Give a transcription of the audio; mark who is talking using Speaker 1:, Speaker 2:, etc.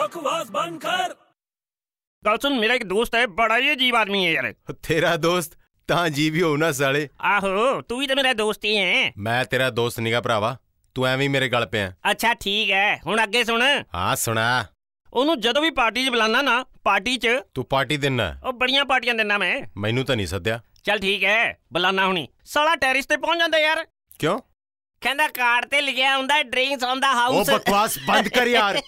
Speaker 1: बकवास बंद कर
Speaker 2: ਗੱਲ ਸੁਣ ਮੇਰਾ ਇੱਕ ਦੋਸਤ ਹੈ ਬੜਾ ਹੀ ਅਜੀਬ ਆਦਮੀ ਹੈ ਯਾਰ
Speaker 3: ਤੇਰਾ ਦੋਸਤ ਤਾਂ ਜੀਵਿਓ ਨਾ ਸਾਲੇ
Speaker 2: ਆਹੋ ਤੂੰ ਵੀ ਤਾਂ ਮੇਰਾ ਦੋਸਤ ਹੀ ਹੈ
Speaker 3: ਮੈਂ ਤੇਰਾ ਦੋਸਤ ਨੀਗਾ ਭਰਾਵਾ ਤੂੰ ਐਵੇਂ ਹੀ ਮੇਰੇ ਗਲ ਪਿਆ
Speaker 2: ਅੱਛਾ ਠੀਕ ਹੈ ਹੁਣ ਅੱਗੇ ਸੁਣ
Speaker 3: ਹਾਂ ਸੁਣਾ
Speaker 2: ਉਹਨੂੰ ਜਦੋਂ ਵੀ ਪਾਰਟੀ 'ਚ ਬੁਲਾਣਾ ਨਾ ਪਾਰਟੀ 'ਚ
Speaker 3: ਤੂੰ ਪਾਰਟੀ ਦਿੰਨਾ
Speaker 2: ਉਹ ਬੜੀਆਂ ਪਾਰਟੀਆਂ ਦਿੰਦਾ ਮੈਂ
Speaker 3: ਮੈਨੂੰ ਤਾਂ ਨਹੀਂ ਸੱਦਿਆ
Speaker 2: ਚੱਲ ਠੀਕ ਹੈ ਬੁਲਾਣਾ ਹੁਣੀ ਸਾਲਾ ਟੈਰਿਸ ਤੇ ਪਹੁੰਚ ਜਾਂਦਾ ਯਾਰ
Speaker 3: ਕਿਉਂ
Speaker 2: ਕਹਿੰਦਾ ਕਾਰਡ ਤੇ ਲਿਖਿਆ ਹੁੰਦਾ ਡਰਿੰਕਸ ਔਨ ਦਾ
Speaker 3: ਉਹ
Speaker 2: ਹਾਊਸ
Speaker 3: ਬਕਵਾਸ ਬੰਦ ਕਰ ਯਾਰ